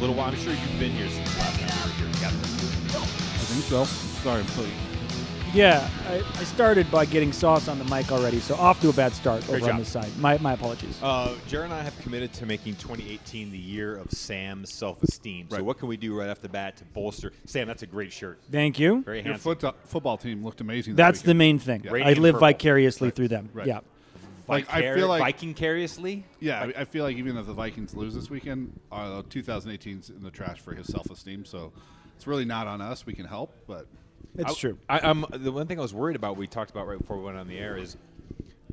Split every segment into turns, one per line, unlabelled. little while. I'm sure you've been here since last time we were here together.
I think so. Sorry, I'm putting.
Yeah, I, I started by getting sauce on the mic already, so off to a bad start over
job.
on this side. My, my apologies.
Uh, Jared and I have committed to making 2018 the year of Sam's self-esteem. So
Right.
what can we do right off the bat to bolster? Sam, that's a great shirt.
Thank you.
Very
Your
handsome.
foot, football team looked amazing. this
That's the
weekend.
main thing.
Yeah.
I
Radiant
live
purple.
vicariously through them.
Right.
Yeah.
Like I feel like
Viking cariously.
yeah, I- I feel like even if the Vikings lose this weekend, uh, 2018's in the trash for his self-esteem. So it's really not on us. We can help, but
It's
I-
true.
I, I'm the one thing I was worried about. We talked about right before we went on the air is,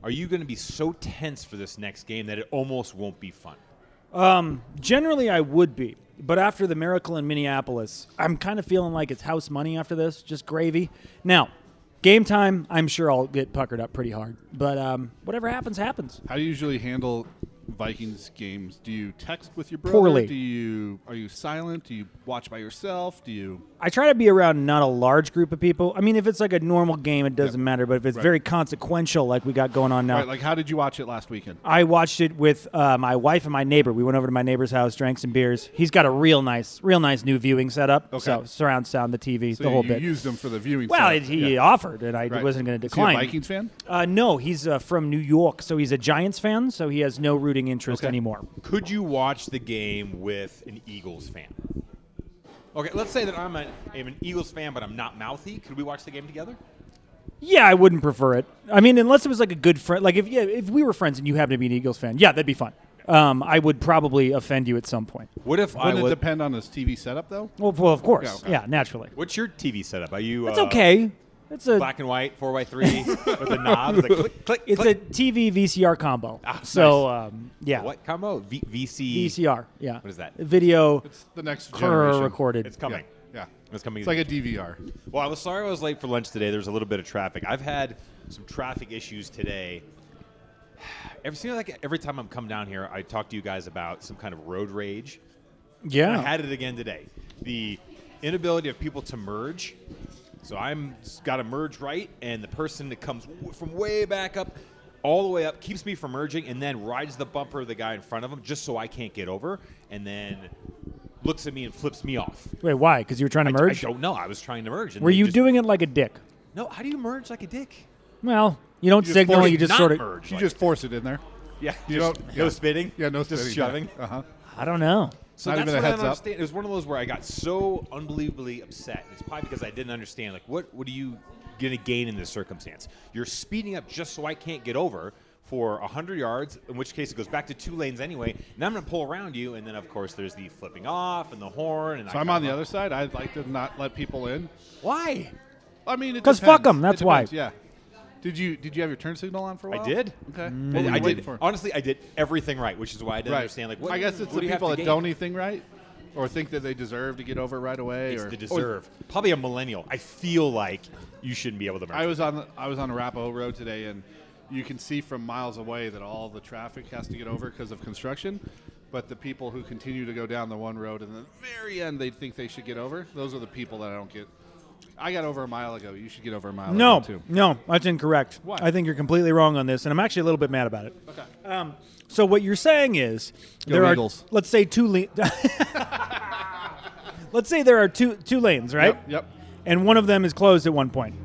are you going to be so tense for this next game that it almost won't be fun?
Generally, I would be, but after the miracle in Minneapolis, I'm kind of feeling like it's house money after this, just gravy. Now, game time, I'm sure I'll get puckered up pretty hard, but um, whatever happens, happens.
how do you usually handle Vikings games? Do you text with your brother?
Poorly.
Do you are you silent? Do you watch by yourself? Do you?
I try to be around not a large group of people. I mean, if it's like a normal game, it doesn't matter, but if it's
Right.
very consequential, like we got going on now,
All right, like how did you watch it last weekend?
I watched it with uh, my wife and my neighbor. We went over to my neighbor's house, drank some beers. He's got a real nice, real nice new viewing setup.
Okay.
So surround sound, the TV,
So
the whole
you
bit.
used them for the viewing.
well,
setup.
it, he
Yeah.
offered, and I
Right.
wasn't going to
Is he
decline.
a Vikings fan?
Uh, no, he's uh, from New York, so he's a Giants fan, so he has no rooting interest
Okay.
anymore.
Could you watch the game with an Eagles fan? Okay, let's say that I'm, a, I'm an Eagles fan, but I'm not mouthy. Could we watch the game together?
Yeah, I wouldn't prefer it. I mean, unless it was like a good friend, like if yeah, if we were friends and you happen to be an Eagles fan, yeah, that'd be fun. Um, I would probably offend you at some point.
What if I
Wouldn't it
was?
depend on his TV setup though?
Well, well of course,
Yeah, okay.
yeah, naturally.
What's your TV setup? Are you?
That's
uh,
okay. It's
uh,
a
Black and white, four by three, with the knobs, the click, click,
it's
click.
a TV VCR combo.
Ah,
so um, yeah,
What combo? V- VC.
VCR? Yeah.
What is that?
Video
It's the next
cur-
generation.
recorded.
It's
Yeah.
coming.
yeah.
It's coming.
It's like a DVR.
Well, I was sorry I was late for lunch today. There's a little bit of traffic. I've had some traffic issues today. Every seems like every time I'm come down here, I talk to you guys about some kind of road rage.
yeah.
I had it again today. The inability of people to merge. So I'm got to merge right, and the person that comes w- from way back up, all the way up, keeps me from merging, and then rides the bumper of the guy in front of him just so I can't get over, and then looks at me and flips me off.
Wait, why? Because you were trying to
I-
merge.
I, don't know. I was trying to merge. And
were
they
you
just-
doing it like a dick?
No, how do you merge like a dick?
Well, you don't
just
signal.
forced
You just
Not
sort of.
merge.
You
like
just
that.
force it in there.
yeah,
You
just
don't-
no
yeah.
spitting. Uh-huh.
Yeah, no
just
spitting.
shoving.
Uh huh.
I don't know.
So
Not
that's
even a
what I
heads
don't
up.
understand. It was one of those where I got so unbelievably upset. It's probably because I didn't understand. Like, what what are you gonna gain in this circumstance? You're speeding up just so I can't get over for hundred yards. In which case, it goes back to two lanes anyway. Now I'm gonna pull around you, and then of course there's the flipping off and the horn. And
So I'm on the other side. I'd like to not let people in.
Why?
I mean, it
'Cause
depends.
fuck 'em,
It
that's why.
depends, Yeah. Did you did you have your turn signal on for a
I
while?
did.
Okay.
I-
What were
I,
you waiting
did.
for?
Honestly, I did everything right, which is why I didn't
Right.
understand. Like, what,
I guess it's
what
the
do you have
people
to
that
gain?
don't anything right, or think that they deserve to get over right away.
It's
or Oh,
the
or-
deserve. Probably a millennial. I feel like you shouldn't be able to merge.
I was on the, I was on Arapahoe Road today, and you can see from miles away that all the traffic has to get over because of construction. But the people who continue to go down the one road and the very end, they think they should get over. Those are the people that I don't get. I got over a mile ago. You should get over a mile
No,
ago too.
no, that's incorrect.
Why?
I think you're completely wrong on this, and I'm actually a little bit mad about it.
Okay.
Um, so what you're saying is
Go
there
Eagles.
are let's say two le- let's say there are two two lanes, right?
Yep. yep.
and one of them is closed at one point.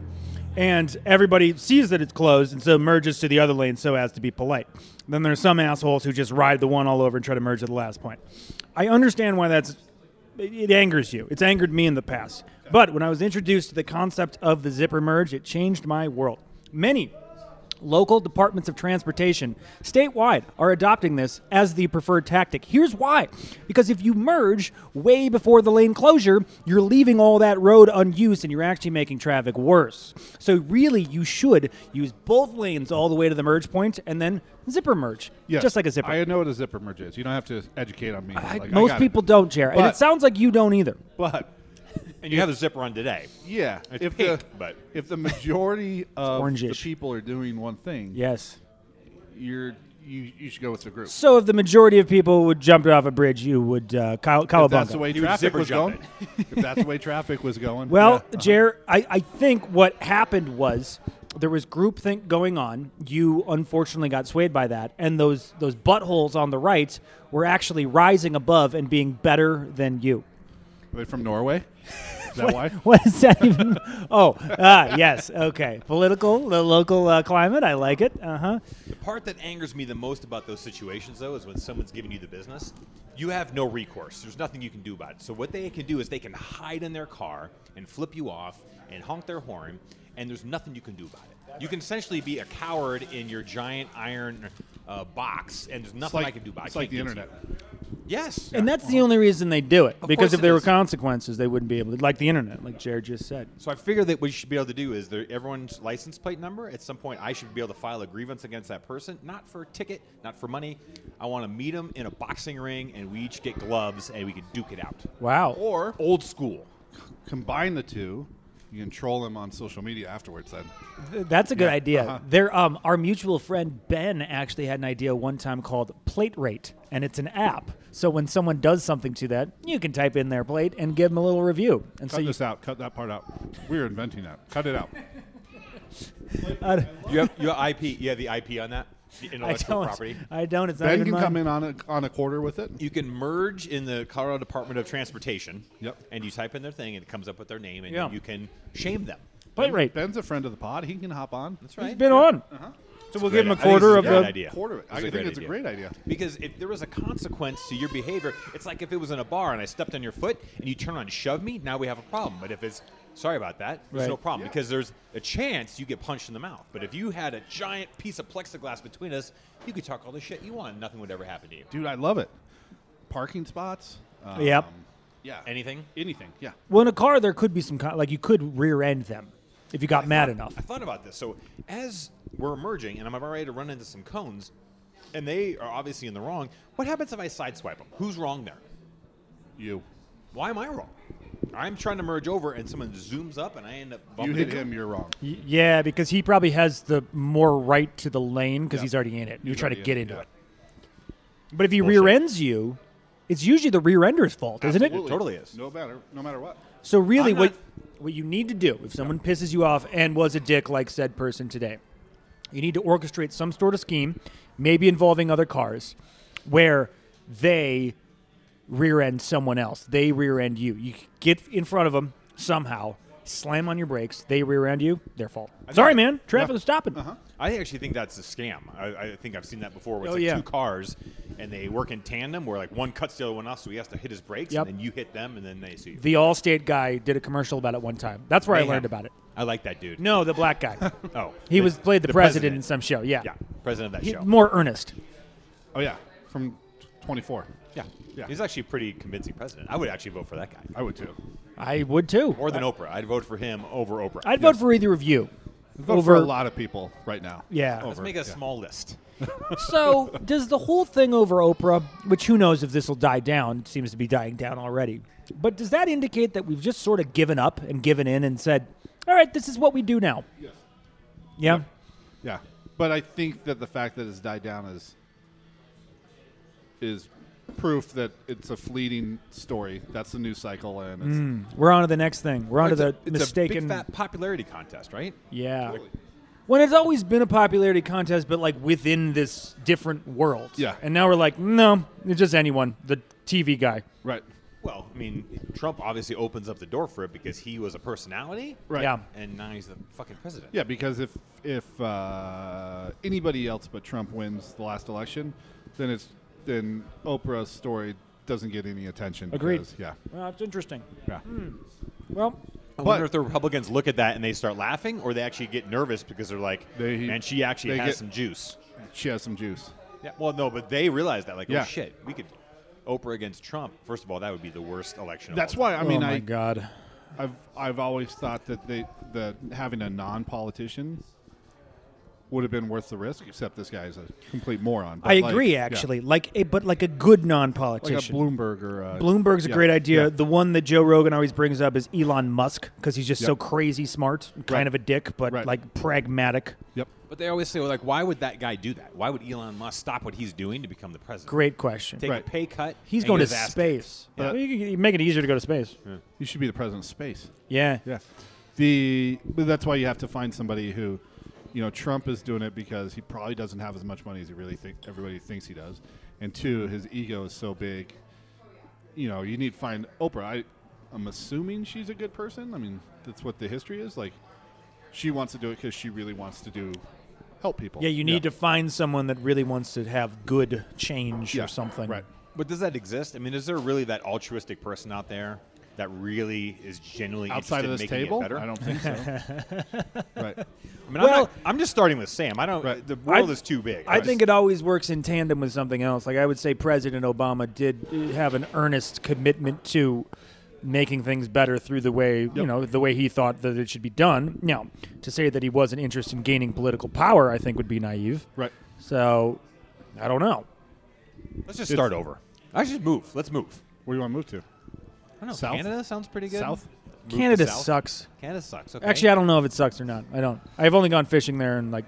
And everybody sees that it's closed and so merges to the other lane so as to be polite. Then there's some assholes who just ride the one all over and try to merge at the last point. I understand why that's it it angers you. It's angered me in the past. But when I was introduced to the concept of the zipper merge, it changed my world. Many Local departments of transportation statewide are adopting this as the preferred tactic. Here's why because if you merge way before the lane closure, you're leaving all that road unused and you're actually making traffic worse. So, really, you should use both lanes all the way to the merge point and then zipper merge,
Yes.
just like a zipper.
I know what a zipper merge is. You don't have to educate on me. Like,
I-
I
most
got it.
people don't, Jared. and it
But-
sounds like you don't either.
But
and you have the zipper on today.
yeah,
It's
if
pink,
the
but-
if the majority of the
orangish.
people are doing one thing,
Yes.
you're you, you should go with the group.
So, if the majority of people would jump off a bridge, you would uh, cow-
if that's
cowabunga.
the way
You would
traffic
zipper
was
jump
going. if that's the way traffic was going.
Well,
yeah.
Jer, I, I think what happened was there was groupthink going on. You unfortunately got swayed by that, and those those buttholes on the right were actually rising above and being better than you.
Are they from Norway? Is that why?
What is that even? oh, ah, yes. Okay, political, the local uh, climate. I like it. Uh huh.
The part that angers me the most about those situations, though, is when someone's giving you the business, you have no recourse. There's nothing you can do about it. So what they can do is they can hide in their car and flip you off and honk their horn, and there's nothing you can do about it. You can essentially be a coward in your giant iron uh, box, and there's
It's
nothing
like,
I can do about it.
it's like
I
the
can't
internet.
get to you. Yes.
And that's the only reason they do it because
course
if
it
there were
is.
consequences, they wouldn't be able to. Like the internet, like Jared just said.
So I figure that what you should be able to do is there, everyone's license plate number. At some point, I should be able to file a grievance against that person, not for a ticket, not for money. I want to meet them in a boxing ring, and we each get gloves, and we can duke it out.
Wow.
Or
Old school.
combine the two. You can troll him on social media afterwards. Then
Th- That's a good
Yeah,
idea.
uh-huh.
There, um, our mutual friend Ben actually had an idea one time called Plate Rate, and it's an app. So when someone does something to that, you can type in their plate and give them a little review. And so
cut
you,
this out. Cut that part out. We're inventing that. Cut it out.
I,
You have, you have IP. You have the IP on that the
I
intellectual
don't.
property.
I don't. It's not
Ben
even
can
mine.
come in on a on a quarter with it.
You can merge in the Colorado Department of Transportation.
Yep.
And you type in their thing, and it comes up with their name, and
Yeah.
you can shame them.
Plate Rate.
Ben's a friend of the pod. He can hop on.
That's right.
He's been on.
Uh-huh.
So we'll give him a
great idea.
quarter of
Great
the.
idea.
Quarter. of it.
It's
I
a
think
great
it's a
idea.
great idea.
Because if there was a consequence to your behavior, it's like if it was in a bar and I stepped on your foot and you turn on shove me, now we have a problem. But if it's sorry about that, there's
Right.
no problem
Yeah.
because there's a chance you get punched in the mouth. But if you had a giant piece of plexiglass between us, you could talk all the shit you want and nothing would ever happen to you.
Dude, I love it. Parking spots. Um,
Yep.
Yeah.
Anything?
Anything. Yeah.
Well, in a car, there could be some kind. Like you could rear end them if you got mad enough.
I thought about this. So as we're emerging and I'm about ready to run into some cones and they are obviously in the wrong, what happens if I sideswipe them? Who's wrong there?
You.
Why am I wrong? I'm trying to merge over and someone zooms up and I end up
You
bumping
hit
into
him. You're wrong.
Y- Yeah, because he probably has the more right to the lane because he's already in it. You're
He's
trying to
already
get
in,
into
yeah.
it. But if he rear ends you, it's usually the rear ender's fault, isn't it?
Absolutely.
totally is.
No matter. No matter what.
So really,
I'm
what
not-
what you need to do if someone pisses you off and was a dick like said person today, you need to orchestrate some sort of scheme, maybe involving other cars, where they rear end someone else. They rear end you. You get in front of them somehow, slam on your brakes. They rear end you. Their fault. Sorry, man. Traffic was stopping.
I actually think that's a scam. I, I think I've seen that before. Where it's
Oh,
like
yeah.
two cars, and they work in tandem, where like one cuts the other one off, so he has to hit his brakes,
Yep.
and then you hit them, and then they sue you.
The Allstate guy did a commercial about it one time. That's where I
Mayhem.
learned about it.
I like that dude.
No, the black guy.
Oh,
He
the-
was played the, president, in some show. Yeah,
Yeah, president of that
He-
show.
more earnest.
Oh yeah. From 24.
yeah,
Yeah.
He's actually a pretty convincing president. I would actually vote for that guy
I would too.
I would too.
more than Oprah. I'd vote for him over Oprah.
I'd vote for either of you.
Vote
Over
for a lot of people right now.
Yeah.
Let's make a small list.
So does the whole thing over Oprah, which who knows if this will die down? It seems to be dying down already. But does that indicate that we've just sort of given up and given in and said, "All right, this is what we do now."
Yes.
Yeah.
Yeah. But I think that the fact that it's died down is is proof that it's a fleeting story. That's the news cycle, and it's,
We're on to the next thing. We're on to
it's
the
a, it's
mistaken.
a big fat popularity contest, right?
yeah. When it's always been a popularity contest, but like within this different world.
Yeah.
And now we're like, no, it's just anyone, the TV guy.
right.
Well, I mean, Trump obviously opens up the door for it because he was a personality,
Right.
Yeah.
and now he's the fucking president.
Yeah, because if if uh, anybody else but Trump wins the last election, then it's then Oprah's story doesn't get any attention.
Agreed.
because- Yeah.
Well, it's interesting.
Yeah.
Mm.
Well,
I wonder if the Republicans look at that and they start laughing, or they actually get nervous because they're like,
They-
"Man, she actually
they
has
get-
some juice."
She has some juice.
Yeah. Well, no, but they realize that, like,
Yeah.
"Oh shit, we could Oprah against Trump." First of all, that would be the worst election. of
That's
all
why
time.
I mean
oh my
I,
God.
I've I've always thought that they that having a non-politician would have been worth the risk, except this guy is a complete moron. But
I
like-
agree,
yeah.
actually. Like a but like a good
like a
non-politician.
Bloomberg or a,
Bloomberg's a
yeah,
great idea.
yeah.
The one that Joe Rogan always brings up is Elon Musk because he's just so
Yep.
crazy smart, kind
Right.
of a dick, but
Right.
like pragmatic.
Yep.
But they always say, well, like, why would that guy do that? Why would Elon Musk stop what he's doing to become the president?
Great question.
Take
Right.
a pay cut.
he's
and
going to
get his ass
space.
Yeah.
Well, you, can- you make it easier to go to space.
You should be the president of space.
Yeah.
Yeah. The but that's why you have to find somebody who you know, Trump is doing it because he probably doesn't have as much money as he really think everybody thinks he does, and two, his ego is so big. You know, you need to find Oprah. I, I'm assuming she's a good person. I mean, that's what the history is. Like, she wants to do it because she really wants to do help people.
Yeah, you need to find someone that really wants to have good change or something.
Right.
But does that exist? I mean, is there really that altruistic person out there that really is genuinely
Outside of this
interested in making
table,
it better?
I don't think so. right.
I mean, I'm,
Well-
not, I'm just starting with Sam. I don't.
Right.
The world
I-
is too big.
I think it always works in tandem with something else. Like I would say, President Obama did uh, have an earnest commitment to making things better through the way you know the way he thought that it should be done. Now, to say that he wasn't interested in gaining political power, I think would be naive.
Right.
So, I don't know.
Let's just start over. I should move. Let's move.
Where do you want to move to?
I don't know.
South?
Canada sounds pretty good.
South?
Move to
Canada
south?
sucks.
Canada sucks. Okay.
Actually, I don't know if it sucks or not. I don't. I've only gone fishing there and like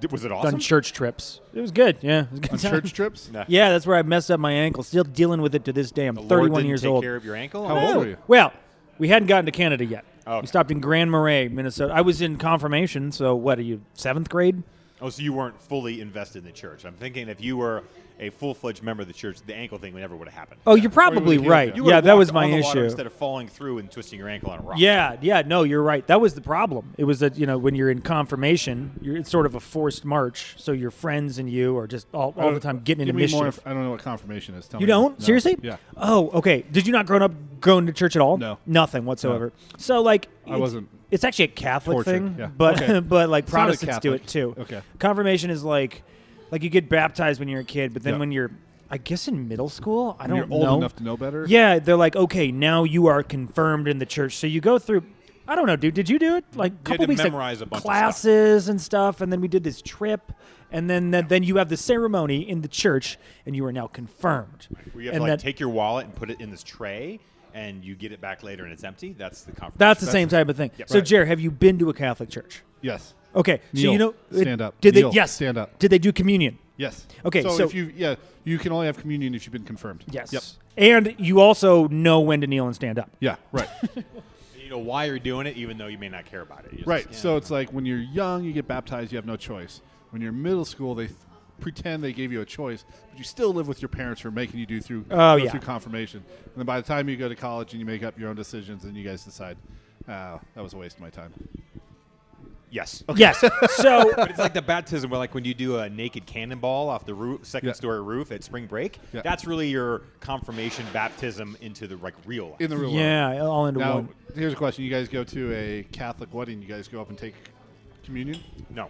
Did- was it
done
awesome?
church trips. It was good. Yeah, it was a good
On
time.
church trips?
Nah.
Yeah, that's where I messed up my ankle. Still dealing with it to this day. I'm
The Lord
31
didn't
years
take
old.
Care of your ankle.
How old
No.
were you?
Oh, Well, we hadn't gotten to Canada yet.
Oh, okay.
We stopped in Grand Marais, Minnesota. I was in confirmation, so what are you, seventh grade?
Oh, so you weren't fully invested in the church. I'm thinking if you were a full-fledged member of the church, the ankle thing would never would have happened.
Oh, you're
probably
probably
healed right.
right.
then. You
would've
yeah, that
walked
was my
on the water
issue.
Instead of falling through and twisting your ankle on a rock.
Yeah, yeah, no, you're right. That was the problem. It was that, you know, when you're in confirmation, you're, it's sort of a forced march, so your friends and you are just all,
Oh,
all the
uh,
time getting into
Give me
mischief.
more. inf- I don't know what confirmation is. Tell
You
me.
don't
No.
seriously?
Yeah.
Oh, okay. Did you not grown up going to church at all?
No.
nothing whatsoever. So like,
I
it's-
wasn't
It's actually a Catholic
tortured,
thing,
yeah.
but
Okay.
but like
not a
Protestants do it
Catholic.
too.
Okay.
Confirmation is like, like you get baptized when you're a kid, but then
Yeah.
when you're, I guess in middle school, I
When
don't
you're
know.
old enough to know better.
Yeah, they're like, okay, now you are confirmed in the church. So you go through. I don't know, dude. Did you do it? Like a
had
couple
to
weeks of
memorize a bunch of stuff.
classes and stuff, and then we did this trip, and then then, then you have the ceremony in the church, and you are now confirmed.
Where you have
and
to like
that-
take your wallet and put it in this tray, and you get it back later and it's empty. That's the confirmation.
that's the same type of thing. so,
Right.
Jer, have you been to a Catholic church?
Yes.
Okay, so
Kneel.
you know, it-
Stand up.
Did
Kneel.
they? Yes,
Stand up.
Did they do communion?
Yes.
Okay, so-
if you yeah, you can only have communion if you've been confirmed.
Yes.
Yep.
And you also know when to kneel and stand up.
Yeah. Right.
You know why you're doing it, even though you may not care about it. You just-
right.
yeah.
So it's like when you're young, you get baptized, you have no choice. When you're in middle school, they th- pretend they gave you a choice, but you still live with your parents who are making you do through
Oh,
go
yeah.
through confirmation. And then by the time you go to college and you make up your own decisions, and you guys decide, oh, that was a waste of my time.
yes.
Yes. So,
But it's like the baptism, where like when you do a naked cannonball off the roof, second
Yeah.
story roof at spring break.
Yeah.
That's really your confirmation baptism into the like real life.
In the real world.
yeah, all into
Now,
one.
here's a question: You guys go to a Catholic wedding? You guys go up and take communion?
no.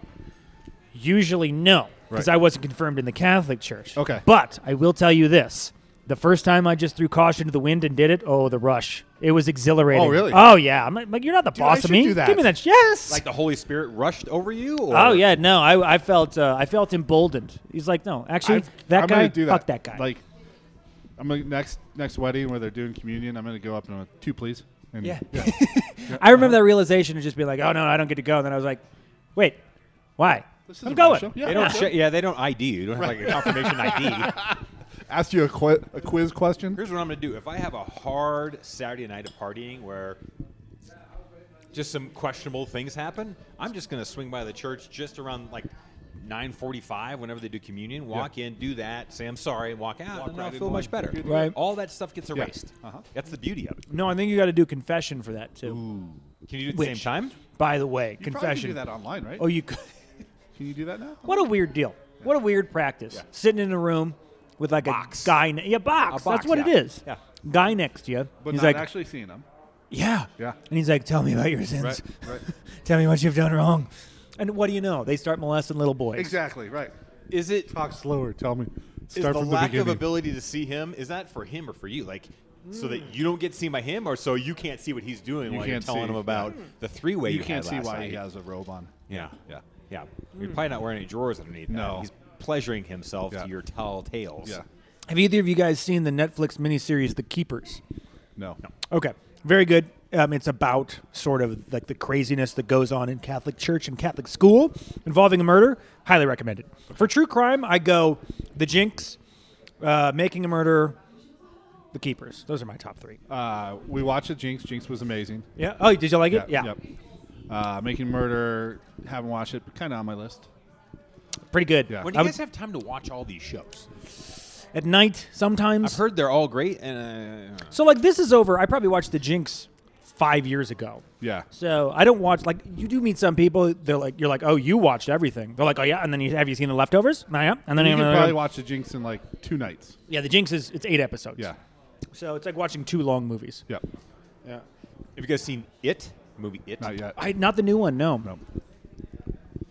Usually, no, because
Right.
I wasn't confirmed in the Catholic Church.
Okay.
But I will tell you this: the first time I just threw caution to the wind and did it. Oh, the rush! It was exhilarating.
Oh, really?
Oh, yeah. I'm like, like, you're not the boss
should
of me.
do that. uh,
Give me that. sh- Yes.
Like the Holy Spirit rushed over you. Or
oh yeah. No, I, I felt uh, I felt emboldened. He's like, no, actually,
I've-
that
I'm
guy.
gonna do that.
Fuck that guy.
Like, I'm gonna next next wedding where they're doing communion. I'm gonna go up and I'm like, two, please. And
Yeah. I
uh-huh.
remember that realization of just being like, oh no, I don't get to go. And then I was like, wait, why?
This
I'm
isn't
going.
Russia.
They don't. Sh- yeah, they don't ID you. You don't have like a confirmation ID.
Ask you a, qu- a quiz question.
Here's what I'm going to do. If I have a hard Saturday night of partying where just some questionable things happen, I'm just going to swing by the church just around like 9:45 whenever they do communion, walk in, do that, say I'm sorry, and walk out,
Walk
and
right
I'll
in
feel much
line.
better.
Good.
Right.
All that stuff gets erased.
Uh-huh.
That's the beauty of it.
No, I think you got to do confession for that too.
Can you do it at
Which-
the same time?
By the way,
You probably
confession.
can do that online, right?
Oh, you. could-
Can you do that now?
what a weird deal. What a weird practice. Sitting in a room with like
Box.
a guy. Ne- yeah, box.
A box,
That's what
yeah.
it is.
Yeah.
Guy next to you.
But
he's
not
like,
actually seeing them.
yeah.
Yeah.
And he's like, tell me about your sins.
Right. right.
Tell me what you've done wrong. And what do you know? They start molesting little boys.
Exactly. Right.
Is it
Talk slower. Tell me.
is
Start
the
from
lack
the
of
beginning.
ability to see him is that for him or for you? Like so that you don't get seen by him or so you can't see what he's doing
You
while you're
can't
telling
see.
him about the three-way
you
you,
can't
had
see
last
why
night.
he has a robe on.
Yeah.
Yeah.
Yeah. You're probably not wearing any drawers underneath. that.
No.
He's pleasuring himself
Yeah.
to your tall tales.
Yeah.
Have either of you guys seen the Netflix miniseries The Keepers?
No.
Okay, very good. Um, it's about sort of like the craziness that goes on in Catholic church and Catholic school involving a murder. Highly recommended. For true crime, I go The Jinx, uh, Making a Murder, The Keepers. Those are my top three.
Uh, we watched the Jinx. Jinx was amazing.
Yeah. Oh, did you like it?
Yeah. Yep. Uh, Making Murder, haven't watched it, but kind of on my list.
Pretty good.
Yeah.
When do
I
you
would-
guys have time to watch all these shows?
At night, sometimes.
I've heard they're all great, and uh,
So like this is over. I probably watched The Jinx five years ago.
Yeah.
So I don't watch like you do meet some people. They're like you're like oh you watched everything. They're like oh yeah, and then you, have you seen the leftovers? And I am. And then
You
I'm
can
like,
probably watch The Jinx in like two nights.
yeah, The Jinx is it's eight episodes.
Yeah.
So it's like watching two long movies.
Yeah.
Yeah.
have you guys seen It? The movie It.
Not yet.
I not the new one. No.
no.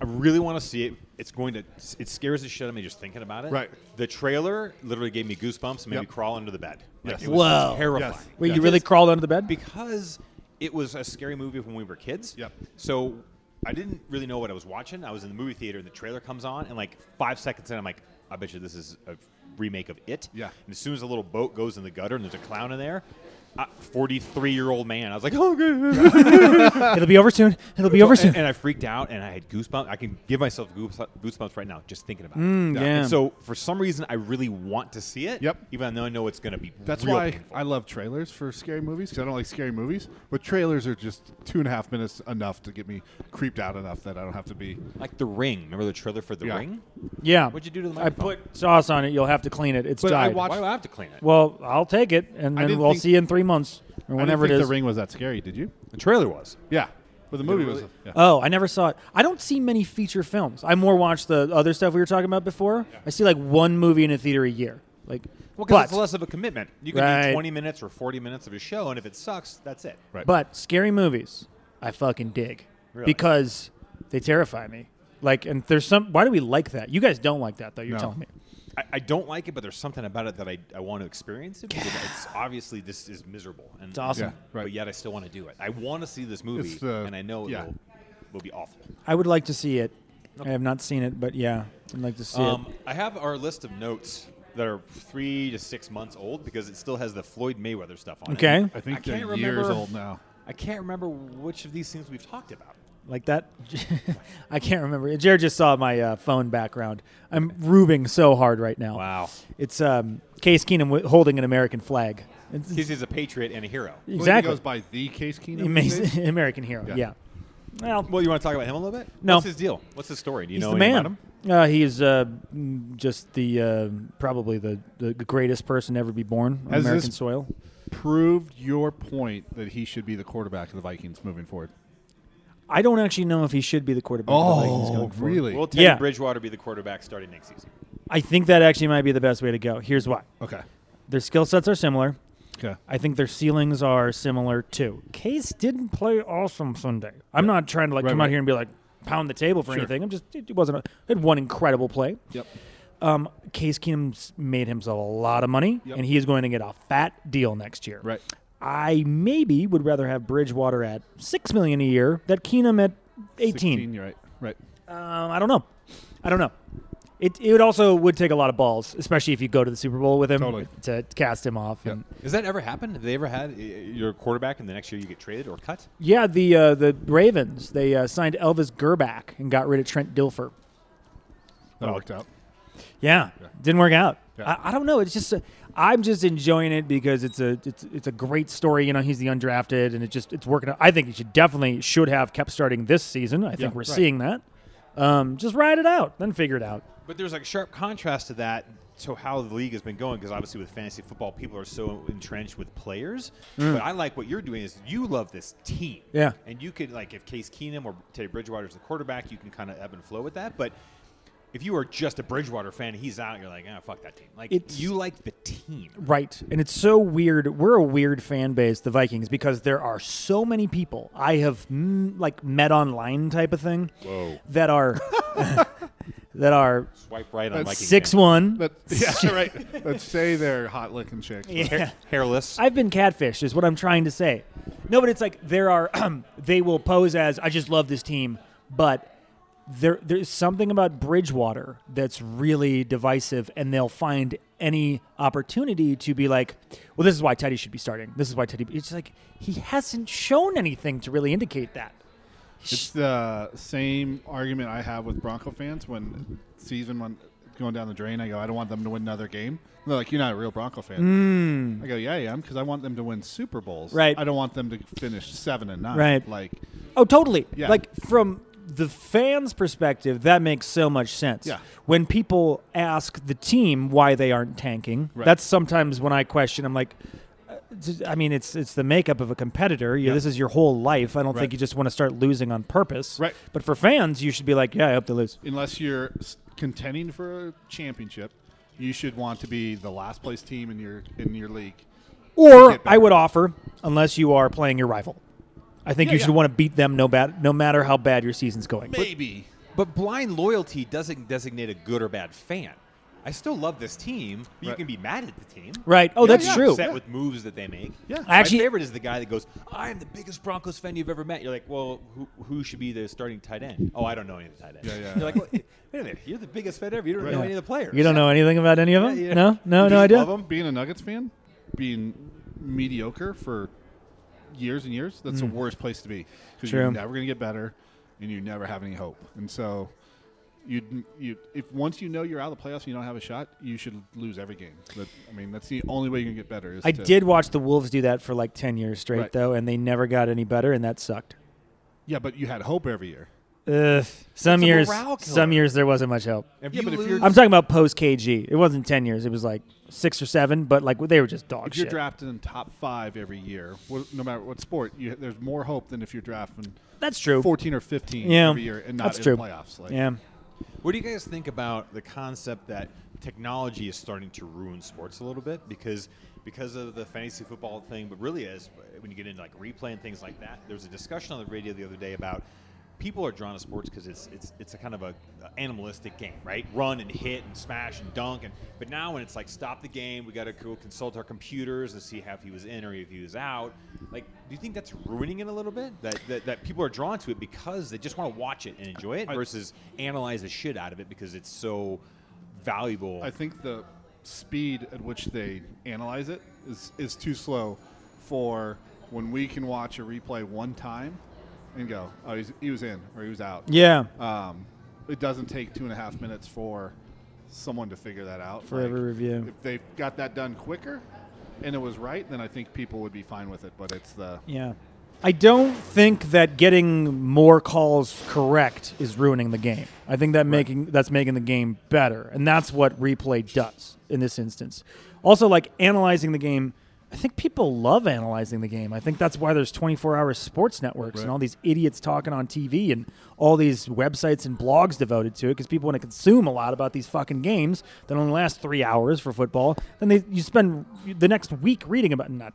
I really want to see it. It's going to. It scares the shit out of me just thinking about it.
Right.
The trailer literally gave me goosebumps. and Made me
Yep.
crawl under the bed. Like,
Yes.
it was
Whoa.
Terrifying.
Yes.
Wait,
Yeah.
you really crawled under the bed?
because it was a scary movie when we were kids.
Yep.
So I didn't really know what I was watching. I was in the movie theater and the trailer comes on, and like five seconds in, I'm like, I bet you this is a remake of It.
Yeah.
And as soon as a little boat goes in the gutter and there's a clown in there, 43 year old man, I was like, oh, good.
It'll be over soon. It'll be over soon.
and, and I freaked out and I had goosebumps. I can give myself goose- goosebumps right now just thinking about it.
yeah.
And so for some reason, I really want to see it.
Yep.
Even though I know it's going to be
That's
real
why
painful.
I love trailers for scary movies because I don't like scary movies, but trailers are just two and a half minutes enough to get me creeped out enough that I don't have to be.
like The Ring. Remember the trailer for The
Yeah.
Ring?
yeah.
What'd you do to the
I
microphone?
put sauce on it. You'll have to clean it. It's
But I
died.
watched-
Why do I have to clean it?
well, I'll take it, and
I
then
didn't
we'll
think-
see you in three months or
I didn't
whenever it
think
is.
The Ring was that scary, did you?
The trailer was.
Yeah, but the movie was.
really?
Yeah.
Oh, I never saw it. I don't see many feature films. I more watch the other stuff we were talking about before. I see like one movie in a theater a year. Like,
Well, because
but,
it's less of a commitment. You can
Right.
do 20 minutes or 40 minutes of a show, and if it sucks, that's it.
Right.
but scary movies, I fucking dig
Really?
because they terrify me. Like, and there's some. Why do we like that? You guys don't like that though. You're
No.
telling me.
I, I don't like it, but there's something about it that I, I want to experience it because it's obviously this is miserable. And, it's
awesome.
Yeah, right.
But yet I still want to do it. I want to see this movie,
It's the-
and I know it
yeah.
will, will be awful.
I would like to see it. I have not seen it, but yeah, I'd like to see
Um,
it.
I have our list of notes that are three to six months old because it still has the Floyd Mayweather stuff on
Okay.
it.
I think
I
they're
can't
years
remember-
old now.
I can't remember which of these things we've talked about.
Like that, I can't remember. Jared just saw my uh, phone background. I'm rubing so hard right now.
Wow.
It's um, Case Keenum wi- holding an American flag. It's,
He's, he's a patriot and a hero.
I believe
exactly.
He goes by the Case Keenum. these days.
Amazing American hero. Yeah.
Yeah.
Well,
Well, you want to talk about him a little bit?
No.
What's his deal? What's his story? Do you
he's
know
the
anything
man.
about him?
Uh, he's uh, mm, just the uh, probably the, the greatest person to ever be born on
Has
American
this-
soil.
Proved your point that he should be the quarterback of the Vikings moving forward.
I don't actually know if he should be the quarterback. of the Vikings going forward.
Oh, really?
Will Teddy
Yeah.
Bridgewater be the quarterback starting next season?
I think that actually might be the best way to go. Here's why:
okay.
their skill sets are similar.
Okay.
I think their ceilings are similar too. Case didn't play awesome Sunday. I'm not trying to like
Right,
come out
right.
here and be like pound the table for
Sure.
anything. I'm just it wasn't. A, it had one incredible play.
Yep.
Um, Case Keenum's made himself a lot of money,
Yep.
and he is going to get a fat deal next year.
Right.
I maybe would rather have Bridgewater at six million a year than Keenum at
16,
eighteen.
you're right. Right.
Um, I don't know. I don't know. It it would also would take a lot of balls, especially if you go to the Super Bowl with him
Totally.
to cast him off. And
Has that ever happened? Have they ever had uh, your quarterback and the next year you get traded or cut?
yeah, the uh, the Ravens they uh, signed Elvis Gerback and got rid of Trent Dilfer.
That
Oh.
worked out.
Yeah, didn't work out.
Yeah.
I, I don't know. It's just i I'm just enjoying it because it's a it's it's a great story. You know, he's the undrafted, and it just it's working. out. I think he should definitely should have kept starting this season. I think
Yeah,
we're
right.
seeing that. Um, just ride it out, then figure it out.
But there's like a sharp contrast to that to how the league has been going because obviously with fantasy football, people are so entrenched with players. But I like what you're doing is you love this team.
Mm. Yeah.
And you could like if Case Keenum or Teddy Bridgewater is the quarterback, you can kind of ebb and flow with that. But if you are just a Bridgewater fan, he's out. You're like, ah, fuck that team. Like
It's-
you like the team.
Right. And it's so weird. We're a weird fan base, the Vikings, because there are so many people I have mm, like met online type of thing
Whoa.
that are that are
Swipe right on Viking
six
fan.
one.
But, yeah, right. Let's say they're hot licking chicks.
Yeah.
hairless.
I've been catfished, is what I'm trying to say. No, but it's like there are they will pose as I just love this team, but there there's something about Bridgewater that's really divisive, and they'll find any opportunity to be like, well, this is why Teddy should be starting. This is why Teddy. It's like he hasn't shown anything to really indicate that.
It's the same argument I have with Bronco fans when season when going down the drain. I go, I don't want them to win another game. And they're like, you're not a real Bronco fan. I go, yeah, I am, because I want them to win Super Bowls.
Mm. Right.
I don't want them to finish seven and nine.
Right.
Like,
Oh, totally.
Yeah.
Like from the fans' perspective, that makes so much sense.
Yeah.
When people ask the team why they aren't tanking,
Right.
that's sometimes when I question. I'm like, uh, d- I mean, it's it's the makeup of a competitor. You, This is your whole life. I don't
Right.
think you just want to start losing on purpose.
Right.
But for fans, you should be like, yeah, I hope they lose.
unless you're s- contending for a championship, you should want to be the last place team in your in your league.
Or
Get better.
I would offer, unless you are playing your rival. I think
Yeah,
you should
yeah.
want to beat them no bad, no matter how bad your season's going.
Maybe.
But blind loyalty doesn't designate a good or bad fan. I still love this team, but you
Right.
can be mad at the team.
Right. Oh, that's
yeah.
true.
Upset
Yeah.
with moves that they make.
Yeah.
My
Actually-
favorite is the guy that goes, "I'm the biggest Broncos fan you've ever met." You're like, "Well, who, who should be the starting tight end?" Oh, I don't know any of the tight ends.
Yeah, yeah.
You're like, well, "Wait a minute, you're the biggest fan ever. You don't know any of the players.
You don't know anything about any of them?
Yeah, yeah.
No, no,
You
no
just
idea.
Love them. Being a Nuggets fan, being mediocre for years and years, that's the worst place to be because
Mm. True.
you're never going to get better, and you never have any hope. And so, you you if once you know you're out of the playoffs and you don't have a shot, you should lose every game. But, I mean, that's the only way you can get better. Is
I
to-
did watch the Wolves do that for like 10 years straight,
Right.
though, and they never got any better, and that sucked.
Yeah, but you had hope every year.
Ugh. Some
It's a
years,
morale killer.
some years there wasn't much help.
If
Yeah,
you
but if
lose,
you're-
I'm talking about post KG. It wasn't 10 years. It was like six or seven, but like they were just dog
If
shit.
you're drafted in top five every year, wh- no matter what sport, you, there's more hope than if you're drafting
That's true.
14 or 15
Yeah,
every year and not
that's
in
true.
the playoffs. Like,
yeah.
What do you guys think about the concept that technology is starting to ruin sports a little bit because because of the fantasy football thing, but really as when you get into like replay and things like that, there was a discussion on the radio the other day about people are drawn to sports because it's it's it's a kind of a, a animalistic game, right? Run and hit and smash and dunk and but now when it's like stop the game, we got to go consult our computers and see how if he was in or if he was out. Like, do you think that's ruining it a little bit? That that, that people are drawn to it because they just want to watch it and enjoy it versus analyze the shit out of it because it's so valuable.
I think the speed at which they analyze it is, is too slow for when we can watch a replay one time and go, oh, he's, he was in or he was out.
Yeah.
Um, it doesn't take two and a half minutes for someone to figure that out.
For every review.
If they got that done quicker and it was right, then I think people would be fine with it. But it's the
Yeah. I don't think that getting more calls correct is ruining the game. I think that making that's making the game better, and that's what replay does in this instance. Also, like analyzing the game, I think people love analyzing the game. I think that's why there's 24-hour sports networks and
Right.
all these idiots talking on TV and all these websites and blogs devoted to it because people want to consume a lot about these fucking games that only last three hours for football. Then they you spend the next week reading about not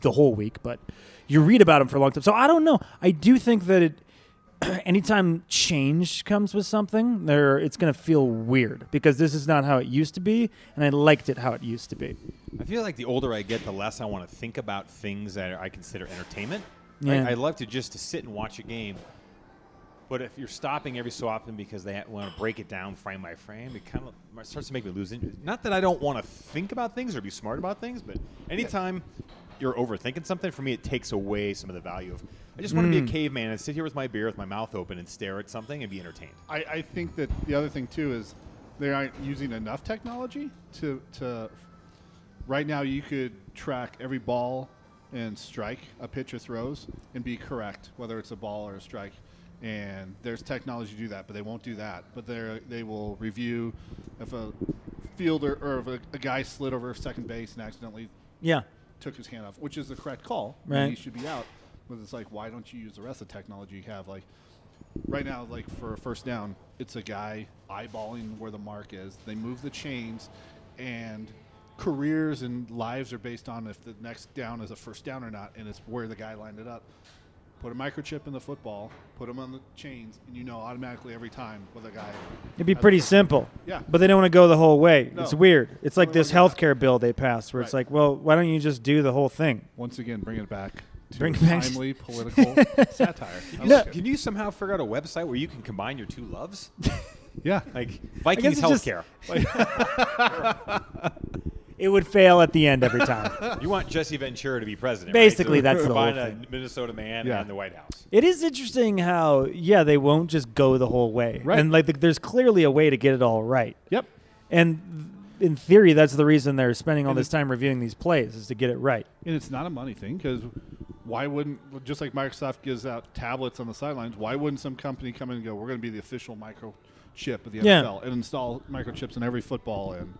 the whole week, but you read about them for a long time. So I don't know. I do think that it, anytime change comes with something, there it's going to feel weird because this is not how it used to be, and I liked it how it used to be.
I feel like the older I get, the less I want to think about things that I consider entertainment.
Yeah.
I, I love to just to sit and watch a game. But if you're stopping every so often because they want to break it down frame by frame, it kind of starts to make me lose interest. Not that I don't want to think about things or be smart about things, but anytime you're overthinking something, for me, it takes away some of the value of. I just want to be
Mm.
a caveman and sit here with my beer with my mouth open and stare at something and be entertained.
I, I think that the other thing too is they aren't using enough technology to to right now you could track every ball and strike a pitcher throws and be correct whether it's a ball or a strike and there's technology to do that but they won't do that but they they will review if a fielder or if a, a guy slid over second base and accidentally
Yeah.
took his hand off, which is the correct call. and
Right.
He should be out. But it's like, why don't you use the rest of the technology you have? Like, right now, like for a first down, it's a guy eyeballing where the mark is. They move the chains, and careers and lives are based on if the next down is a first down or not, and it's where the guy lined it up. Put a microchip in the football, put them on the chains, and you know automatically every time whether a guy.
It'd be pretty simple.
Yeah.
But they don't want to go the whole way.
No.
It's weird. It's like
Well,
this
why not?
healthcare bill they passed where it's
Right.
like, well, why don't you just do the whole thing?
Once again, bring it back to
Bring it back.
timely political satire. I
No.
like it.
Can you somehow figure out a website where you can combine your two loves?
Yeah.
Like Vikings
it's just-
healthcare.
It would fail at the end every time.
You want Jesse Ventura to be president.
Basically,
right?
that's the whole
combine
thing.
a Minnesota man
Yeah.
and the White House.
It is interesting how yeah they won't just go the whole way,
Right.
And like th- there's clearly a way to get it all right.
Yep.
And in theory, that's the reason they're spending all this time reviewing these plays is to get it right.
And it's not a money thing because why wouldn't just like Microsoft gives out tablets on the sidelines? Why wouldn't some company come in and go, "We're going to be the official microchip of the
Yeah.
NFL and install microchips in every football"? And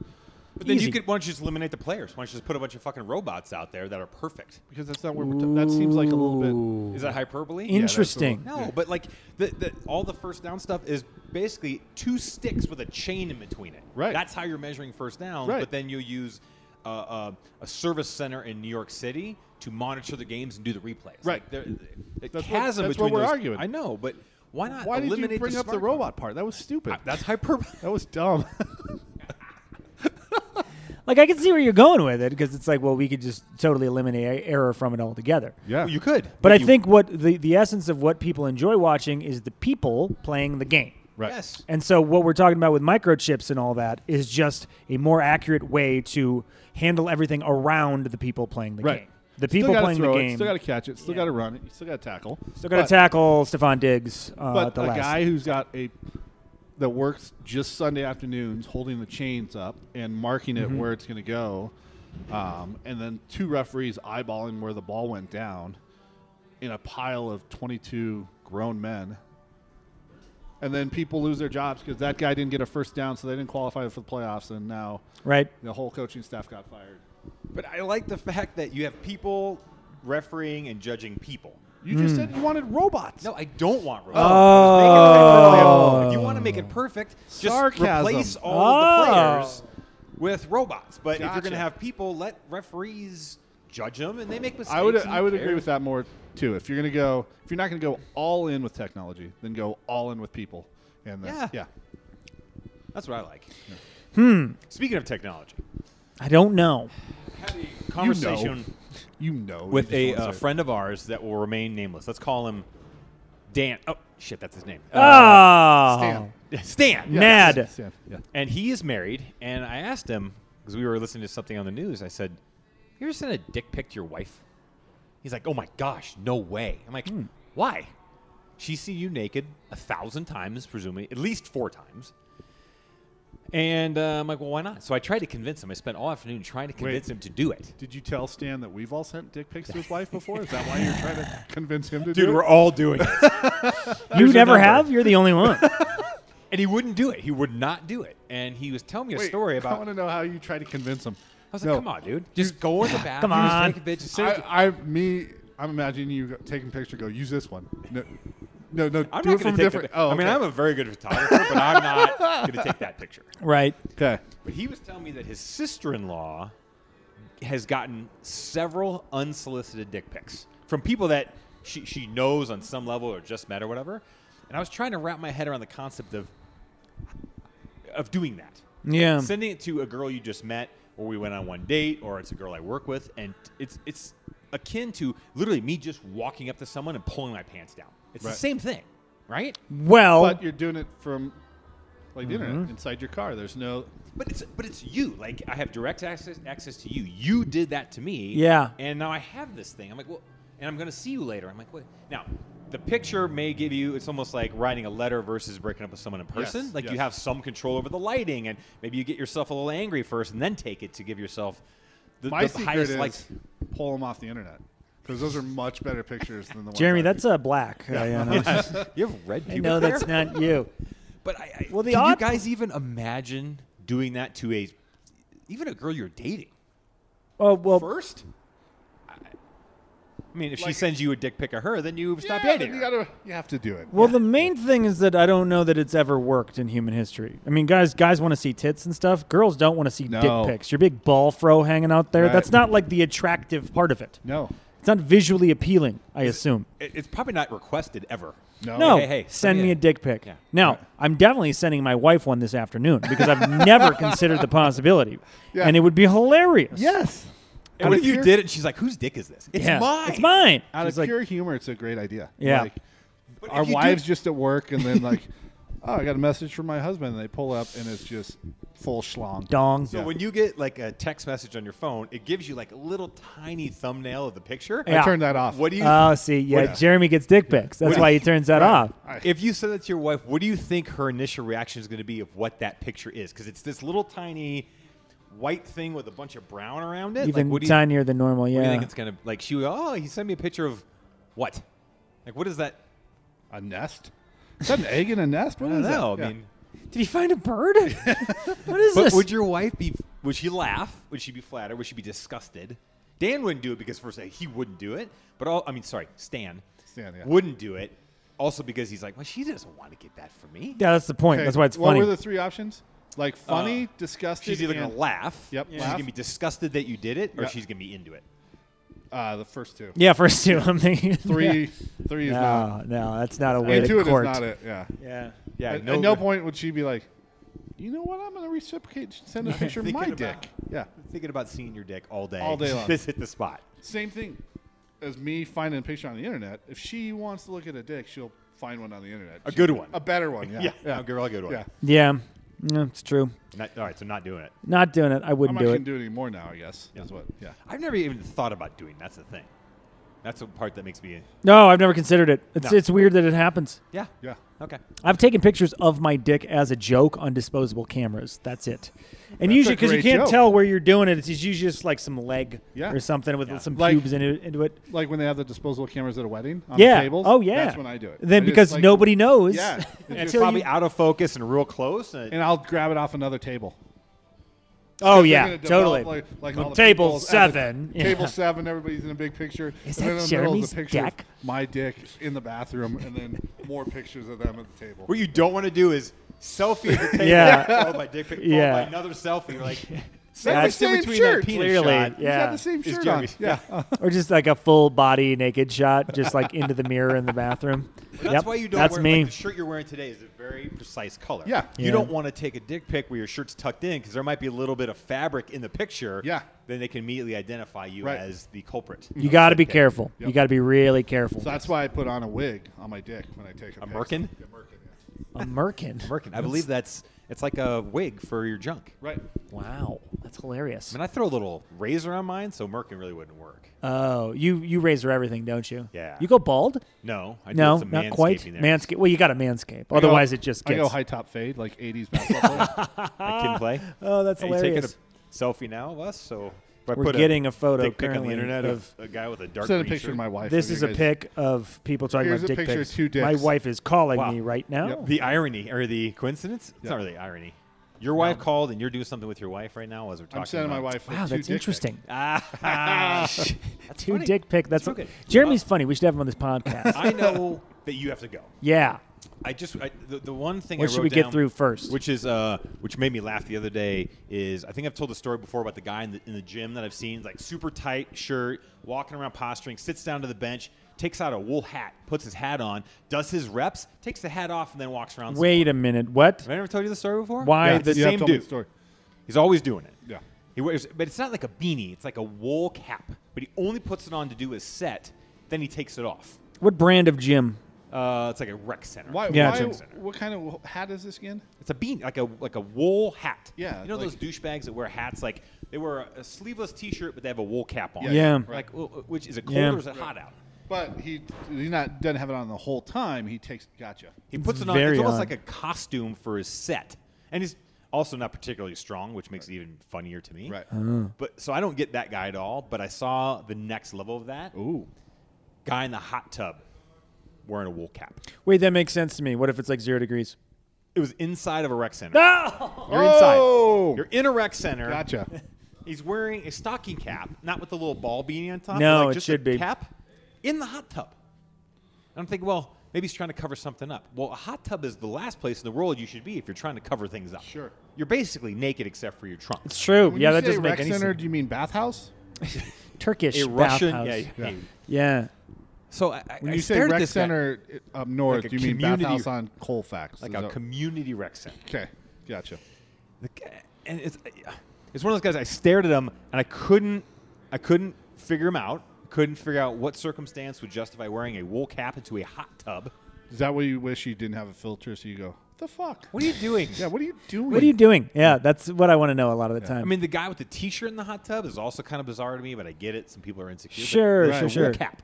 But then
Easy.
you could why don't you just eliminate the players? Why don't you just put a bunch of fucking robots out there that are perfect?
because that's not where we're t- that seems like a little
Ooh.
Is that hyperbole?
Interesting.
No, but like the, the all the first down stuff is basically two sticks with a chain in between it.
Right.
That's how you're measuring first down.
Right.
But then you use uh, uh, a service center in New York City to monitor the games and do the replays.
Right.
Like there- the
That's what-
chasm
that's what
between
we're
those-
arguing.
I know, but why
bit.
not?
Why did
eliminate
you bring up the
smart-
robot part? That was stupid.
That's hyperbole.
that was dumb.
Like I can see where you're going with it because it's like, well, we could just totally eliminate e-, error from it altogether.
yeah,
You could.
But I
you-
think what the, the essence of what people enjoy watching is the people playing the game.
right.
Yes.
And so what we're talking about with microchips and all that is just a more accurate way to handle everything around the people playing the
Right.
game. The
Still
people
gotta
playing
throw
the
it,
game.
still got to catch it. Still
Yeah.
got to run it. You still got to tackle.
Still got to
But-
tackle Stephon Diggs uh,
But
at the
a
last.
guy who's got a that works just Sunday afternoons, holding the chains up and marking it
Mm-hmm.
where it's going to go, um, and then two referees eyeballing where the ball went down in a pile of 22 grown men. And then people lose their jobs because that guy didn't get a first down, so they didn't qualify for the playoffs, and now
right?
the whole coaching staff got fired.
But I like the fact that you have people refereeing and judging people.
You just
Hmm.
said you wanted robots.
No, I don't want robots.
Oh.
I was making it- if you want to make it perfect, just
Sarcasm.
replace all of the
Oh.
players with robots. But if you're going
Gotcha.
to have people, let referees judge them, and they make mistakes.
I would
and who
I would
cares?
agree with that more too. If you're gonna go, if you're not gonna go all in with technology, then go all in with people. And then,
Yeah.
yeah,
That's what I like. Hmm. Speaking of technology,
I don't know.
I had a conversation
you know, you
with
just
a
wanna
uh,
say-
friend of ours that will remain nameless. Let's call him Dan. Oh shit, that's his name.
Ah,
Stan.
Uh, Stan.
Nah. Nad.
yes, yes, Uh. yeah.
And he is married. And I asked him because we were listening to something on the news. I said, "You ever sent a dick pic to your wife?" He's like, "Oh my gosh, no way." I'm like, "Why?" She's seen you naked a thousand times, presumably at least four times. And uh, I'm like, "Well, why not?" So I tried to convince him. I spent all afternoon trying to convince him to do it.
Did you tell Stan that we've all sent dick pics to his wife before? Is that why you're trying to convince him to do it?
all doing it.
you never
number.
have. You're the only one.
and he wouldn't do it. He would not do it. And he was telling me a
Wait,
story
I
about.
want to know how you try to convince him.
I was like, "Come on, dude, just go in the bathroom,
Come
just
on.
take a bitch, just send it to
I, I, me, I'm imagining you go- taking a picture. Go use this one. No, no, no
I'm
do
not
it
going
from
to take.
a different. Oh,
The, I mean, I'm a very good photographer, but I'm not going to take that picture.
right.
okay.
But he was telling me that his sister-in-law has gotten several unsolicited dick pics from people that she she knows on some level or just met or whatever. And I was trying to wrap my head around the concept of of doing that,
Yeah.
sending it to a girl you just met, or we went on one date, or it's a girl I work with, and it's it's akin to literally me just walking up to someone and pulling my pants down. It's
Right.
the same thing, right?
Well,
But you're doing it from like the
Mm-hmm.
internet inside your car. There's no
But it's but it's you. Like I have direct access access to you. You did that to me.
Yeah.
And now I have this thing. I'm like, well, and I'm gonna see you later. I'm like, wait. Now, the picture may give you. It's almost like writing a letter versus breaking up with someone in person.
Yes,
like you
yes.
have some control over the lighting, and maybe you get yourself a little angry first, and then take it to give yourself the,
My
the highest
secret is
like.
pull them off the internet because those are much better pictures than the ones.
Jeremy,
I-
that's a black. Uh, yeah, no.
You have red
I
pubic
know that's
hair?
not you.
But I, I
Well, the
can
odd-
you guys even imagine doing that to a even a girl you're dating?
Oh well,
first? I mean, if she
Like-
sends you a dick pic of her, then you
Yeah,
stop
then
dating
You
her.
gotta, you have to do it.
Well, the main thing is that I don't know that it's ever worked in human history. I mean, guys, guys want to see tits and stuff. Girls don't want to see
No.
dick pics. Your big ball fro hanging out there.
Right.
That's not like the attractive part of it.
no,
It's not visually appealing. I assume.
It- It's probably not requested ever.
no,
No,
Oh, hey, hey,
send
send me
me
it.
a dick pic.
Yeah.
Now, I'm definitely sending my wife one this afternoon because I've never considered the possibility,
Yeah.
and it would be hilarious.
Yes,
And
Out
what
of
if you
pure-
did it and she's like, whose dick is this? It's
Yeah.
mine.
It's mine.
out
She's
of
like,
pure humor, it's a great idea.
Yeah.
Like,
But if
our
you do-
wives just at work, and then like, oh, I got a message from my husband, and they pull up, and it's just full schlong.
Dong.
So when you get like a text message on your phone, it gives you like a little tiny thumbnail of the picture.
Yeah.
I turned that off.
What do you?
Oh, see, yeah,
What-
Jeremy gets dick pics. That's
What-
why he turns that off.
if you send that to your wife, what do you think her initial reaction is going to be of what that picture is? Because it's this little tiny white thing with a bunch of brown around it.
Even
like, what do you,
tinier than normal.
what do you
Yeah.
think it's going to like? She would, oh, he sent me a picture of what? Like what is that?
a nest? Is that an egg in a nest? What
I
is
don't know.
that?
I
Yeah.
mean,
Did he find a bird? what is
but
this?
would your wife be? Would she laugh? Would she be flattered? Would she be disgusted? Dan wouldn't do it because first he wouldn't do it. But all I mean, sorry, Stan,
Stan, yeah.
wouldn't do it. Also because he's like, well, she doesn't want to get that for me.
yeah, that's the point.
Okay,
That's why it's
What
funny.
were the three options? Like funny, disgusted.
Uh, She's either
and,
gonna laugh,
Yep,
she's
laugh.
gonna be disgusted that you did it, or
Yep.
she's gonna be into it.
Uh, the first two.
yeah, first two. I'm thinking
Three, three is not.
No, no, that's not a way
Intuitive is
to court.
not it. Yeah.
Yeah.
Yeah,
At, at no point would she be like, you know what? I'm going to reciprocate. Send a picture of
thinking
my
about-
dick. Yeah.
Thinking about seeing your dick all day,
All day long.
This hit the spot.
Same thing as me finding a picture on the internet. If she wants to look at a dick, she'll find one on the internet.
A
She-
good one.
A better one. Yeah.
Yeah, a good- a good one.
Yeah.
Yeah. No, it's true.
Not- all right, so not doing it.
Not doing it. I
I'm
wouldn't
not
do
going
it.
to do it anymore now, I guess. Is what. Yeah.
I've never even thought about doing. That's the thing. That's the part that makes me.
no, I've never considered it. It's
No.
it's weird that it happens.
Yeah.
Yeah.
Okay.
I've taken pictures of my dick as a joke on disposable cameras. That's it. And
That's
usually,
a
because
great
you can't
joke.
tell where you're doing it, it's usually just like some leg
Yeah.
or something with
Yeah.
some
Like-
pubes in it, into it.
Like when they have the disposable cameras at a wedding on
yeah.
the tables.
Oh yeah.
That's when I do it. I
Then
just,
because
like-
nobody knows.
Yeah. It's
It's
until
probably
you,
out of focus and real close. and-
And I'll grab it off another table.
oh
They're
yeah,
gonna
totally.
develop, Like, like all the
Table
people's at
seven.
The,
Yeah.
Table seven. Everybody's in a big picture.
Is
and then
that
in the middle is
Jeremy's
a picture of
dick?
My dick in the bathroom, and then more pictures of them at the table.
what you don't want to do is selfie at the table,
Yeah.
followed by dick pic, followed
Yeah.
by another selfie. You're like,
That's
sandwiched in
the same
between
shirt,
that penis
clearly.
shot.
He's got
Yeah.
the same
It's
shirt on.
Jeremy's.
Yeah.
or just like a full body naked shot, just like into the mirror in the bathroom.
That's
Yep,
why you don't
That's
wear
me.
Like, the shirt you're wearing today is a very precise color.
Yeah.
You
Yeah.
don't want to take a dick pic where your shirt's tucked in because there might be a little bit of fabric in the picture.
Yeah.
Then they can immediately identify you
Right.
as the culprit.
you got to be
Dick pic.
careful. You
Yep.
got to be really careful.
So that's why I put on a wig on my dick when I take a,
A
pic.
merkin?
Yeah, merkin, yeah.
a merkin.
Merkin. I believe that's it's like a wig for your junk.
Right.
Wow, that's hilarious.
I mean, I throw a little razor on mine, so Merkin really wouldn't work.
Oh, you you razor everything, don't you?
Yeah.
You go bald?
No, I
no,
did some
not quite.
manscaping there.
Manscape. Well, you got to manscape.
I go-
Otherwise, it just
I
gets.
go high top fade like '80s basketball. player.
I can play.
Oh, that's
Hey, you taking a
hilarious.
selfie now of us, so if I
We're
put
getting a photo
dick pic on the
currently
internet
of-
of a guy with a dark
Send a
green
picture
shirt.
of my wife.
this
if
is
you
a
guys-
pic of people talking
Here's
about
a
dick
picture of
pics.
two dicks.
My wife is calling
Wow.
me right now.
Yep.
The irony or the coincidence? It's not really irony. Your wife called, and you're doing something with your wife right now as we're talking.
I'm sending my
about-
wife.
Wow,
two dick
that's
pics.
interesting.
Ah,
Two dick pic. That's
okay.
Jeremy's funny. We should have him on this podcast.
I know that you have to go.
yeah.
I just I, the, the one thing.
What
I
should
wrote
we get
down,
through first?
Which is uh, which made me laugh the other day. Is I think I've told the story before about the guy in the, in the gym that I've seen, like super tight shirt, walking around posturing, sits down to the bench, takes out a wool hat, puts his hat on, does his reps, takes the hat off, and then walks around. some
Wait
more.
a minute. What?
Have I never told you the story before?
Why
Yeah,
the
you have
same
told me
dude.
the story.
He's always doing it.
Yeah.
He wears, but it's not like a beanie. It's like a wool cap. But he only puts it on to do his set. Then he takes it off.
What brand of gym?
Uh, it's like a rec center.
Why?
Yeah,
why
Jack
what kind of hat is this again?
It's a beanie, like a like a wool hat.
Yeah,
You know
like-
those douchebags that wear hats like they wear a, a sleeveless T-shirt, but they have a wool cap on.
Yeah.
Yeah.
Like, w- w- which is it cold
Yeah.
or is it hot out?
But he he's not doesn't have it on the whole time. He takes gotcha.
He puts it on.
Very
It's almost
odd.
like a costume for his set, and he's also not particularly strong, which makes it even funnier to me.
Right.
But so I don't get that guy at all. But I saw the next level of that
Ooh.
guy in the hot tub wearing a wool cap.
Wait, that makes sense to me. What if it's like zero degrees?
It was inside of a rec center.
No.
You're inside.
Oh!
You're in a rec center.
Gotcha.
He's wearing a stocking cap, not with the little ball beanie on top. but
No,
like
it
just
should
a
be.
cap in the hot tub. And I'm thinking, well, maybe he's trying to cover something up. Well, a hot tub is the last place in the world you should be if you're trying to cover things up.
Sure.
You're basically naked except for your trunk.
It's true.
When
yeah,
you
that
say
doesn't
rec
make any
center,
sense.
Do you mean bathhouse?
Turkish
a Russian.
bathhouse.
Yeah, yeah.
Yeah.
So I, I,
When
I
you say
stared at
rec
this guy,
center i- up
Like
north,
a
do you mean
community-
bathhouse on Colfax?
like
Is
a
that-
community rec center.
okay, gotcha.
The g- and it's it's one of those guys. I stared at him and I couldn't I couldn't figure him out. Couldn't figure out what circumstance would justify wearing a wool cap into a hot tub.
Is that what you wish you didn't have a filter? So you go the fuck?
What are you doing?
Yeah, what are you doing?
What are you doing? Yeah, that's what I want to know a lot of the time.
I mean, the guy with the T-shirt in the hot tub is also kind of bizarre to me, but I get it. Some people are insecure. but
sure,
Right,
sure,
we'll
sure.
Cap.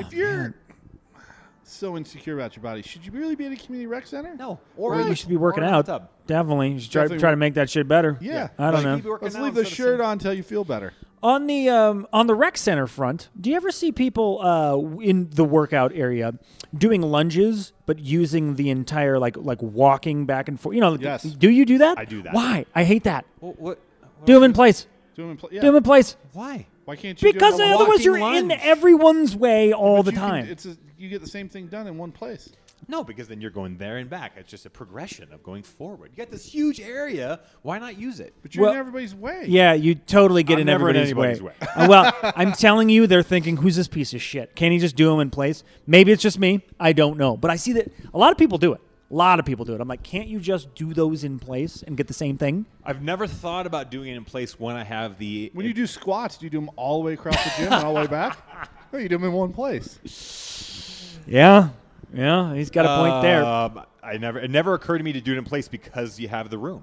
If you're so insecure about your body, should you really be at a community rec center?
No,
Or you should be
or
working
in a hot
out.
tub.
Definitely. You should try,
Definitely
try to
work-
make that shit better.
Yeah.
I don't know.
Keep working
Let's
out
leave the
instead of
shirt on till you feel better.
On the um, on the rec center front, do you ever see people uh, in the workout area doing lunges, but using the entire like like walking back and forth? You know,
Yes.
do you do that?
I do that.
Why? I hate that.
sitting- What? what, what
Do them in place.
Do 'em in pla-
Do them
yeah.
in place
Why?
Why can't you? do 'em
because
all at
walking
otherwise you're in
lunge.
everyone's way all
once?
the
You can-
time.
it's a, you get the same thing done in one place.
No, because then you're going there and back. It's just a progression of going forward. You got this huge area. Why not use it?
But you're
Well-
in everybody's way.
Yeah, you totally get
I'm
in
never in
everybody's, way.
anybody's way.
Uh, well, I'm telling you, they're thinking, "Who's this piece of shit? Can he just do him in place?" Maybe it's just me. I don't know, but I see that a lot of people do it. A lot of people do it. I'm like, can't you just do those in place and get the same thing?
I've never thought about doing it in place when I have the.
When you do squats, do you do them all the way across the gym and all the way back? No, you do them in one place.
Yeah, yeah. He's got a point there.
Um, I never. It never occurred to me to do it in place because you have the room,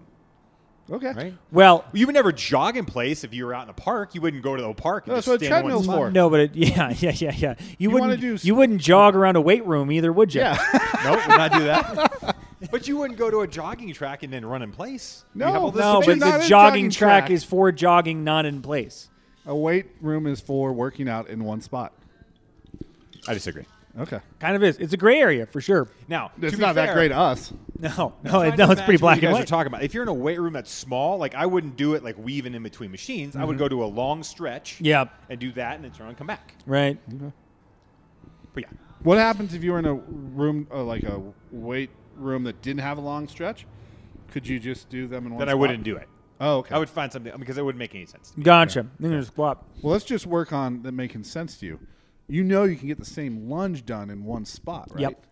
Okay.
right?
Well,
You would never jog in place if you were out in the park. You wouldn't go to the park. And
No,
just
that's what a
stand in one
treadmill's
spot.
for.
no, but it, yeah, yeah, yeah, yeah. You,
wanna
wouldn't
do s-
you wouldn't jog around a weight room either, would you?
Yeah.
nope, would not do that. but you wouldn't go to a jogging track and then run in place. You
No,
have all this
But
No, but
you're
space.
not
the
in
jogging
jogging
track,
track.
is for jogging, not in place.
A weight room is for working out in one spot.
I disagree.
Okay.
Kind of is. It's a gray area for sure.
Now, to
It's
be
not that
fair,
great to us.
No, no,
trying to
it, no.
imagine
It's pretty
what
black
you guys
and white.
Are talking about if you're in a weight room that's small, like I wouldn't do it like weaving in between machines. I would go to a long stretch,
Yeah.
and do that, and then turn around and come back.
Right.
But yeah,
What happens if you were in a room, uh, like a weight room that didn't have a long stretch? Could you just do them in one
then I wouldn't do it.
Oh, okay.
I would find something because it wouldn't make any sense.
Gotcha. Then there's squat.
Well, let's just work on that making sense to you. You know you can get the same lunge done in one spot, right?
Yep.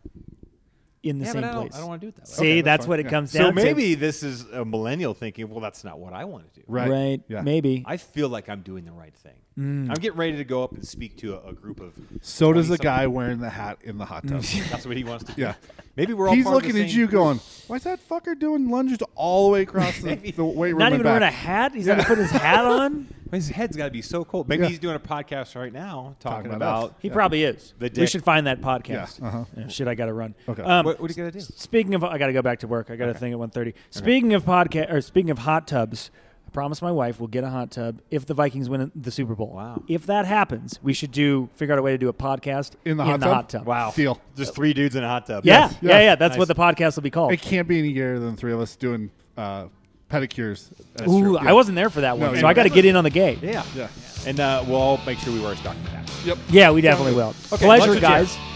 In the same place.
want to do it that.
See,
Okay, that's
that's
fine.
what it
Yeah.
comes
So
down
maybe this is a millennial thinking. Well, that's not what I want to do.
to.
Right. Yeah.
Maybe.
I feel like I'm doing the right thing. I'm getting ready to go up and speak to a, a group of.
So does the
20-something
guy wearing the hat in the hot tub.
That's what he wants to do.
Yeah.
Maybe we're all.
He's
part of the
looking at
same
you
group.
going, why's that fucker doing lunges all the way across the, the weight room
Not
and
even
back?
wearing a hat. He's going to put his hat on.
His head's got to be so cold. Maybe
Yeah.
he's doing a podcast right now talking,
Talking about
about.
us.
He probably is.
The
We
dick.
should find that podcast.
Yeah, uh-huh.
Yeah, shit, I got to run.
Okay.
Um,
What, what are you gonna do?
Speaking of, I got to go back to work. I got a thing at 1.30. Speaking of podcast, or speaking of hot tubs, I promise my wife we'll get a hot tub if the Vikings win the Super Bowl.
Wow.
If that happens, we should do figure out a way to do a podcast
In the hot tub?
Wow.
Deal.
Just three dudes in a hot tub.
Yeah,
Yes.
yeah,
Yes.
yeah. That's what the
Nice.
podcast will be called.
It can't be any gayer than the three of us doing uh, pedicures. That's
Ooh,
true.
I wasn't there for that one,
No,
so
you
I got to
weren't.
get in on the game.
Yeah.
Yeah.
And uh, we'll all make sure we wear a stocking cap.
Yep.
Yeah, we definitely will.
Okay,
Pleasure,
lunch with Jeff.
guys.